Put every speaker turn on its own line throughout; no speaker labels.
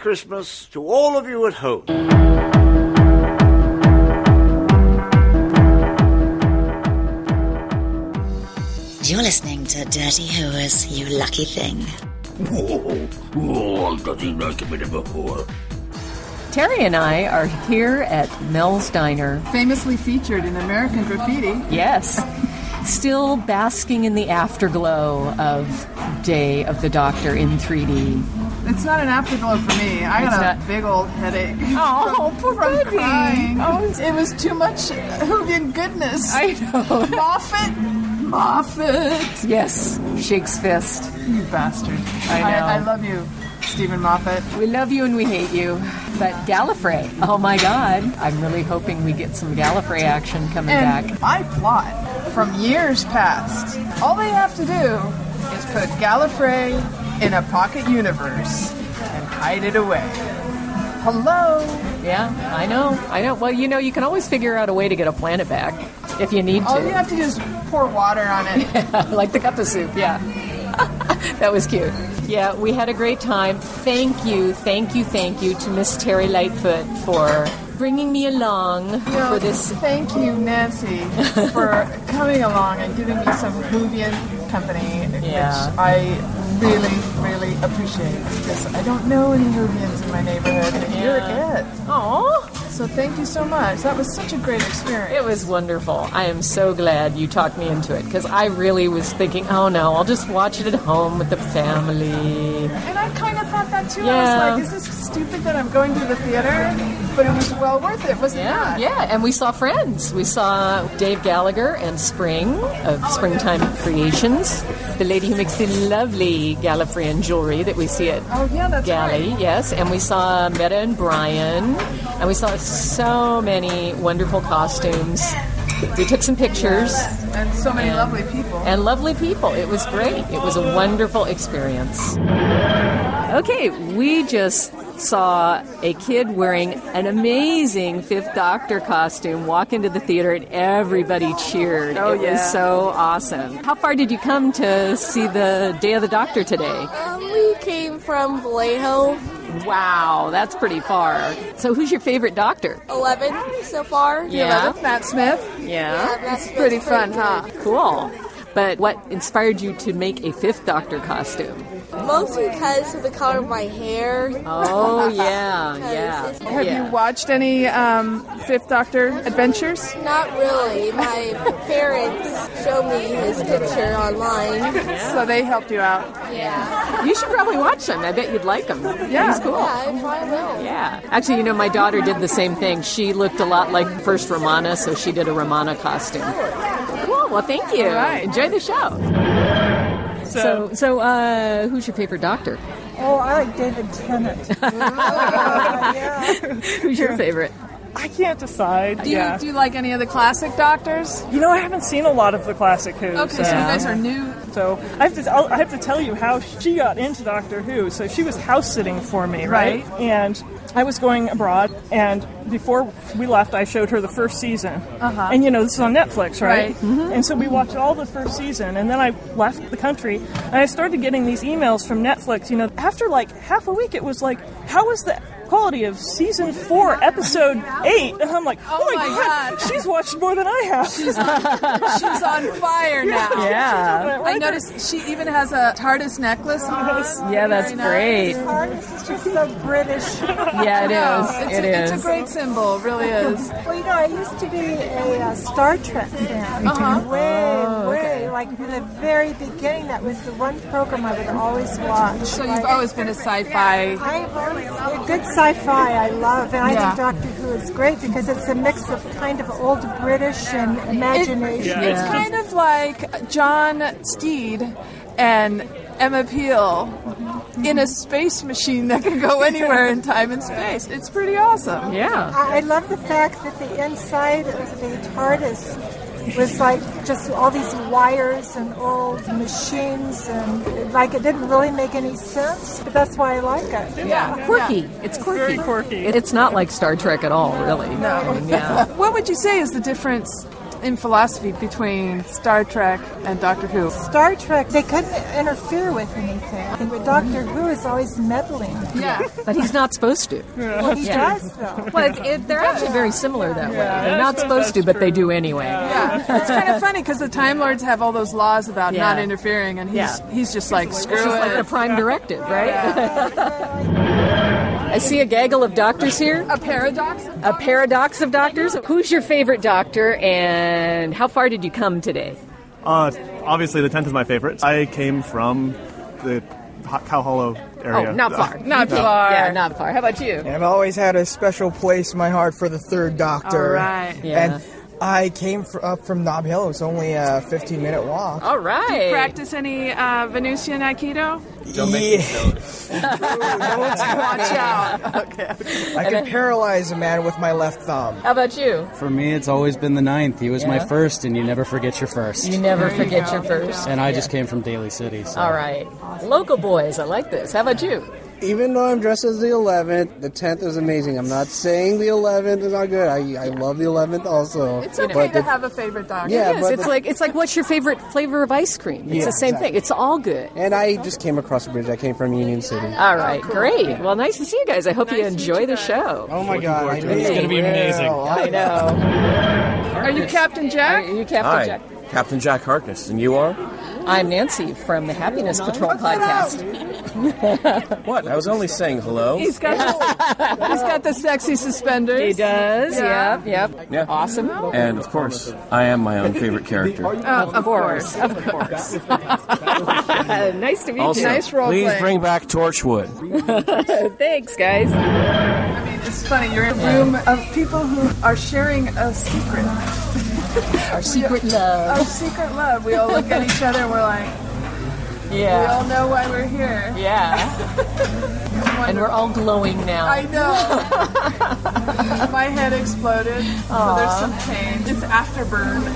Christmas to all of you at home.
Uh,
You're listening to Dirty Whoas, you lucky thing.
Oh, oh, nothing like a bit of a whore.
Terry and I are here at Mel's Diner.
Famously featured in American Graffiti.
Yes. Still basking in the afterglow of Day of the Doctor in 3D.
It's not an afterglow for me. I
It's
got a
not-
big old headache.
Oh,
from,
poor
from
baby.
crying.
Oh.
it was too much Hoovian goodness.
I know.
Moffat, Moffat,
Yes, shakes fist.
you bastard.
I know.
I, love you, Stephen Moffat.
We love you and we hate you. But Gallifrey, oh my God. I'm really hoping we get some Gallifrey action coming
And
back.
my plot from years past. All they have to do is put Gallifrey in a pocket universe and hide it away. Hello.
Yeah, I know. I know. Well, you know, you can always figure out a way to get a planet back if you need
All you
to.
have to do is pour water on it.
like the cup of soup, yeah. that was cute. Yeah, we had a great time. Thank you, thank you, thank you to Miss Terry Lightfoot for bringing me along
No,
for this.
Thank you, Nancy, for coming along and giving me some Hoovian company,
Yeah.
which I really, really appreciate because I don't know any Hoovians in my neighborhood, and
Yeah.
you're it.
Aw,
So thank you so much. That was such a great experience.
it was wonderful. I am so glad you talked me into it because I really was thinking, oh no, I'll just watch it at home with the family.
And I kind of thought that too.
Yeah.
I was like, is this stupid that I'm going to the theater? But it was well worth it, was it
Yeah,
not?
yeah, and we saw Friends. We saw Dave Gallagher and Spring of Springtime Creations, the lady who makes the lovely Gallifreyan jewelry that we see at
Oh, yeah, that's
Galley.
right.
Yes, and we saw Meta and Brian, and we saw so many wonderful costumes. We took some pictures
And so many lovely people.
and lovely people. It was great. It was a wonderful experience. Okay, we just saw a kid wearing an amazing Fifth Doctor costume walk into the theater and everybody cheered.
Oh,
it
yeah.
was so awesome. How far did you come to see the Day of the Doctor today?
Um, we came from Vallejo,
Wow, that's pretty far. So, who's your favorite doctor?
11 so far.
Yeah.
Matt Smith.
Yeah.
That's
Pretty fun, huh?
Cool. But what inspired you to make a Fifth Doctor costume?
Mostly because of the color of my hair.
Oh, yeah, yeah.
Have
yeah.
you watched any um, Fifth Doctor adventures?
Not really. My parents showed me his picture online.
So they helped you out.
Yeah.
You should probably watch him. I bet you'd like him.
Yeah.
He's cool.
I probably will.
Yeah. Actually, you know, my daughter did the same thing. She looked a lot like first Romana, so she did a Romana costume. Cool. Well, thank you.
right.
Enjoy the show. So, so uh, who's your favorite doctor?
Oh, I like David Tennant.
Who's your favorite?
I can't decide.
Do you, do you like any of the classic doctors?
You know, I haven't seen a lot of the classic Who.
Okay, so you guys are new.
So I have to. I'll, I have to tell you how she got into Doctor Who. So she was house sitting for me, right? And I was going abroad, and before we left, I showed her the first season. Uh-huh. And you know, this is on Netflix, right?
Right.
And so we watched all the first season, and then I left the country, and I started getting these emails from Netflix. You know, after like half a week, it was like, how is the quality of season four, episode eight? And I'm like, oh,
my God.
she's watched more than I have.
She's on fire now.
Yeah.
I noticed she even has a TARDIS necklace on.
Yeah, that's
Very
great.
This is just so British.
Yeah, it is.
No, it's,
It
a,
is.
it's a great symbol, it really is.
Well, you know, I used to be a uh, Star Trek fan.
Uh-huh.
Way,
Oh,
way, like from the very beginning, that was the one program I would always watch.
So
Like,
you've always been a sci-fi.
I have always, a good sci-fi I love, and I
Yeah.
think Doctor Who is great because it's a mix of kind of old British and imagination.
It's kind of like John Steed and Emma Peel in a space machine that can go anywhere in time and space. It's pretty awesome.
Yeah.
I I love the fact that the inside of the TARDIS was like just all these wires and old machines, and like it didn't really make any sense, but that's why I like it.
Yeah.
Quirky. It's quirky.
Very quirky.
It's not like Star Trek at all, really. No. Yeah.
What would you say is the difference in philosophy between Star Trek and Doctor Who.
Star Trek, they couldn't interfere with anything. And with Doctor Who is always meddling.
Yeah.
But he's not supposed to.
Well, he does, though.
Well, it's, it, they're actually very similar that way. They're not supposed to, but they do anyway.
Yeah, it's kind of funny because the Time Lords have all those laws about
Yeah.
not interfering, and he's
Yeah.
he's just like screw
It's
it.
like the prime directive, right? I see a gaggle of doctors here.
a paradox.
A paradox of doctors. Who's your favorite doctor, and how far did you come today?
Uh, obviously, the tenth is my favorite. I came from the Ho- Cow Hollow area.
Oh, not far.
Not far.
Yeah, not far. How about you?
I've always had a special place in my heart for the third Doctor.
All right.
Yeah.
And I came fr- up from Nob Hill. It was only a 15 minute walk.
Oh.
All right.
Practice any uh, Venusian Aikido?
Don't make yeah.
Watch out.
I could paralyze a man with my left thumb.
How about you?
For me, it's always been the ninth. He was my
Yeah.
first, and you never forget your first.
You never forget your first.
and I just came from Daly City. So.
All right. Local boys, I like this. How about you?
Even though I'm dressed as the 11th, the 10th is amazing. I'm not saying the 11th is not good. I, I love the 11th also.
It's okay to have a favorite doctor.
Yeah,
Yes,
but
it's
the-
like it's like what's your favorite flavor of ice cream? It's
Yeah,
the same
exactly.
thing. It's all good.
And I just came across the bridge. I came from Union City.
All right, great. Well, nice to see you guys. I hope you enjoy the show.
Oh my god, I it's
gonna
be amazing.
I know.
Are you Captain
Are
Jack?
you Captain
Hi,
Jack?
Captain Jack Harkness, and you are?
I'm Nancy from the Happiness Patrol podcast.
What? I was only saying hello.
He's got the, he's got the sexy suspenders.
He does.
Yeah.
Yep. Yep.
Yeah.
Awesome.
And of course, I am my own favorite character.
Uh, of course.
Of course. nice to meet
Also,
you.
Nice role
please
play.
bring back Torchwood.
Thanks, guys.
I mean, it's funny. You're in a room of people who are sharing a secret,
Our secret love.
a secret love. We all look at each other and we're like, we
Yeah.
all know why we're here.
Yeah. and we're all glowing now.
I know. My head exploded. So there's some pain. It's afterburn.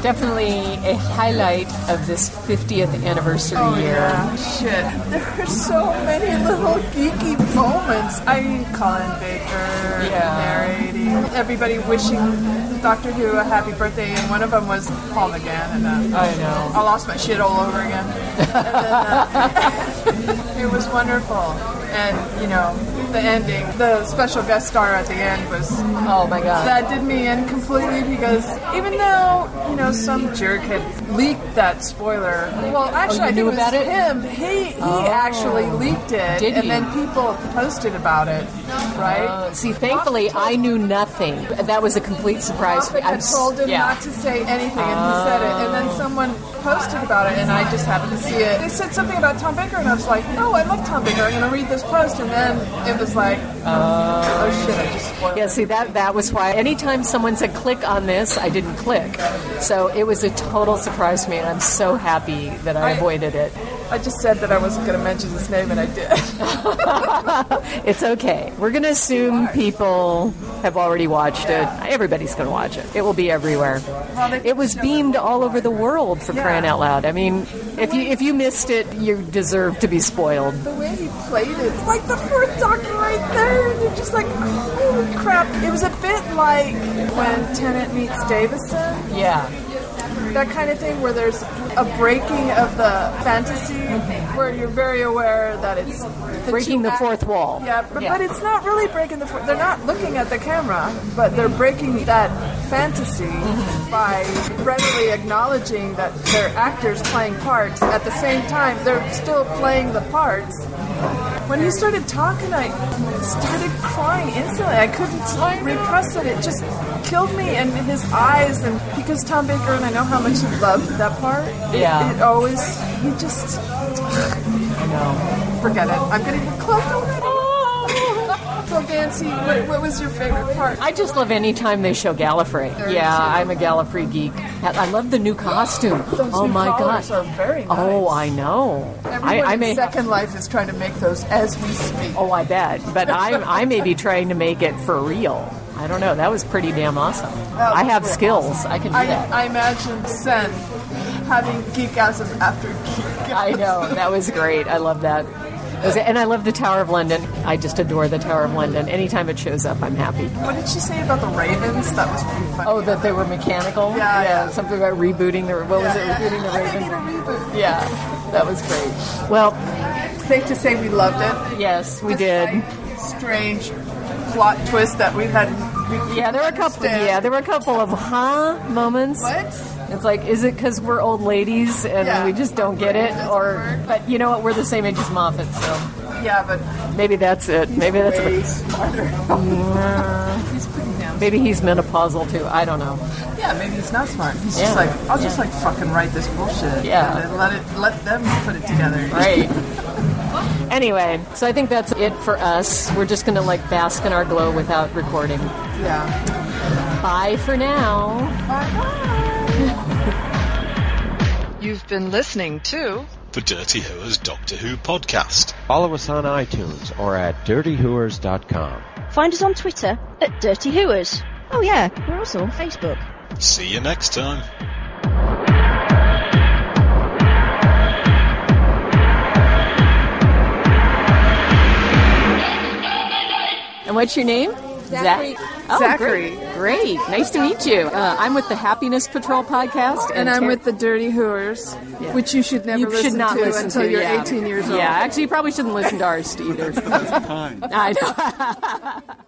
Definitely a highlight of this 50th anniversary
Oh,
year.
Shit. There were so many little geeky moments. I mean, Colin Baker
Yeah.
narrating. Everybody wishing Doctor Who a happy birthday, and one of them was Paul McGann, and uh,
I know.
I lost my shit all over again. And then, uh, it was wonderful. And, you know, the ending, the special guest star at the end was
Oh my god.
that did me in completely because even though you know some jerk had leaked that spoiler, oh, well, actually,
you
I think
knew
it Oh. was
about it?
him. He he actually leaked it,
Did
and
he?
then people posted about it, right?
Uh, See, thankfully, I knew nothing. That was a complete surprise. for
Prophet
me.
had
s-
told him
yeah.
not to say anything, and he said it. And then someone posted about it, and I just happened to see it. They said something about Tom Baker, and I was like, "Oh, I love Tom Baker. I'm going to read this post." And then it was like, "Oh shit, I just spoiled."
Yeah, see that that was why anytime someone said click on this, I didn't click. So it was a total surprise to me and I'm so happy that I,
I-
avoided it.
I just said that I wasn't going to mention his name, and I did.
It's okay. We're gonna assume people have already watched it. Everybody's gonna watch it. It will be everywhere. It was beamed all over the world for crying out loud. I mean, if you if you missed it, you deserve to be spoiled.
The way he played it, it's like the fourth Doctor right there, and you're just like, holy crap! It was a bit like when Tennant meets Davison,
Yeah.
that kind of thing, where there's a breaking of the fantasy, where you're very aware that it's the
Breaking
two
the
act-
fourth wall.
Yeah but,
Yeah.
but it's not really breaking the fourth. They're not looking at the camera, but they're breaking that fantasy by readily acknowledging that they're actors playing parts. At the same time, they're still playing the parts. When he started talking, I started crying instantly. I couldn't repress it. It just killed me. And his eyes, and because Tom Baker and I know how much he loved that part. it-
Yeah.
It always. He just. I know. Forget it. I'm getting cloaked already. So Nancy, what, what was your favorite part?
I just love any time they show Gallifrey. Yeah, I'm a Gallifrey geek. I I love the new costume.
Those
oh
new
my
collars
gosh.
are very nice.
Oh, I know. I,
Everyone
I
in
may.
Second Life is trying to make those as we speak.
Oh, I bet. But I, I may be trying to make it for real. I don't know. That was pretty damn awesome.
That
I
was
have
pretty
skills. I can do
I,
that.
I imagine Sen having geekasm after geekasm.
I know. That was great. I love that. It was- and I love the Tower of London. I just adore the Tower of London. Anytime it shows up, I'm happy.
What did she say about the Ravens? That was pretty funny.
Oh, that they were mechanical.
Yeah, yeah.
something about rebooting the. What was it? Rebooting the
I think
Raven.
they need a reboot.
Yeah, that was great. Well,
Safe to say we loved it.
Yes, we did.
Strange plot twist that we had. We
Yeah, there were a couple. Yeah, there were a couple of huh moments.
What?
It's like, is it because we're old ladies and
Yeah.
we just don't get it,
Doesn't
or?
work.
But you know what? We're the same age as Moffat, so
Yeah, but
maybe that's it. Maybe that's
way
it.
smarter. he's pretty damn.
Maybe he's menopausal too. I don't know.
Yeah, maybe he's not smart. He's
Yeah.
just like, I'll just like fucking write this bullshit.
Yeah.
and let it, let them put it together.
Right. Anyway, so I think that's it for us. We're just gonna like bask in our glow without recording.
Yeah.
Bye for now.
You've been listening to.
The Dirty Who's Doctor Who podcast.
Follow us on iTunes or at dirtyhooers.com.
Find us on Twitter at Dirty Hooers. Oh yeah, we're also on Facebook.
See you next time.
And what's your name?
Zachary.
Zach- Oh,
Zachary.
Great. great. Nice to meet you. Uh, I'm with the Happiness Patrol podcast.
And I'm
Ter-
with the Dirty Hooers,
Yeah.
which you should never
you
listen
should not
to
listen
until
to,
you're
yeah.
18 years old.
Yeah, actually, you probably shouldn't listen to ours either. I know.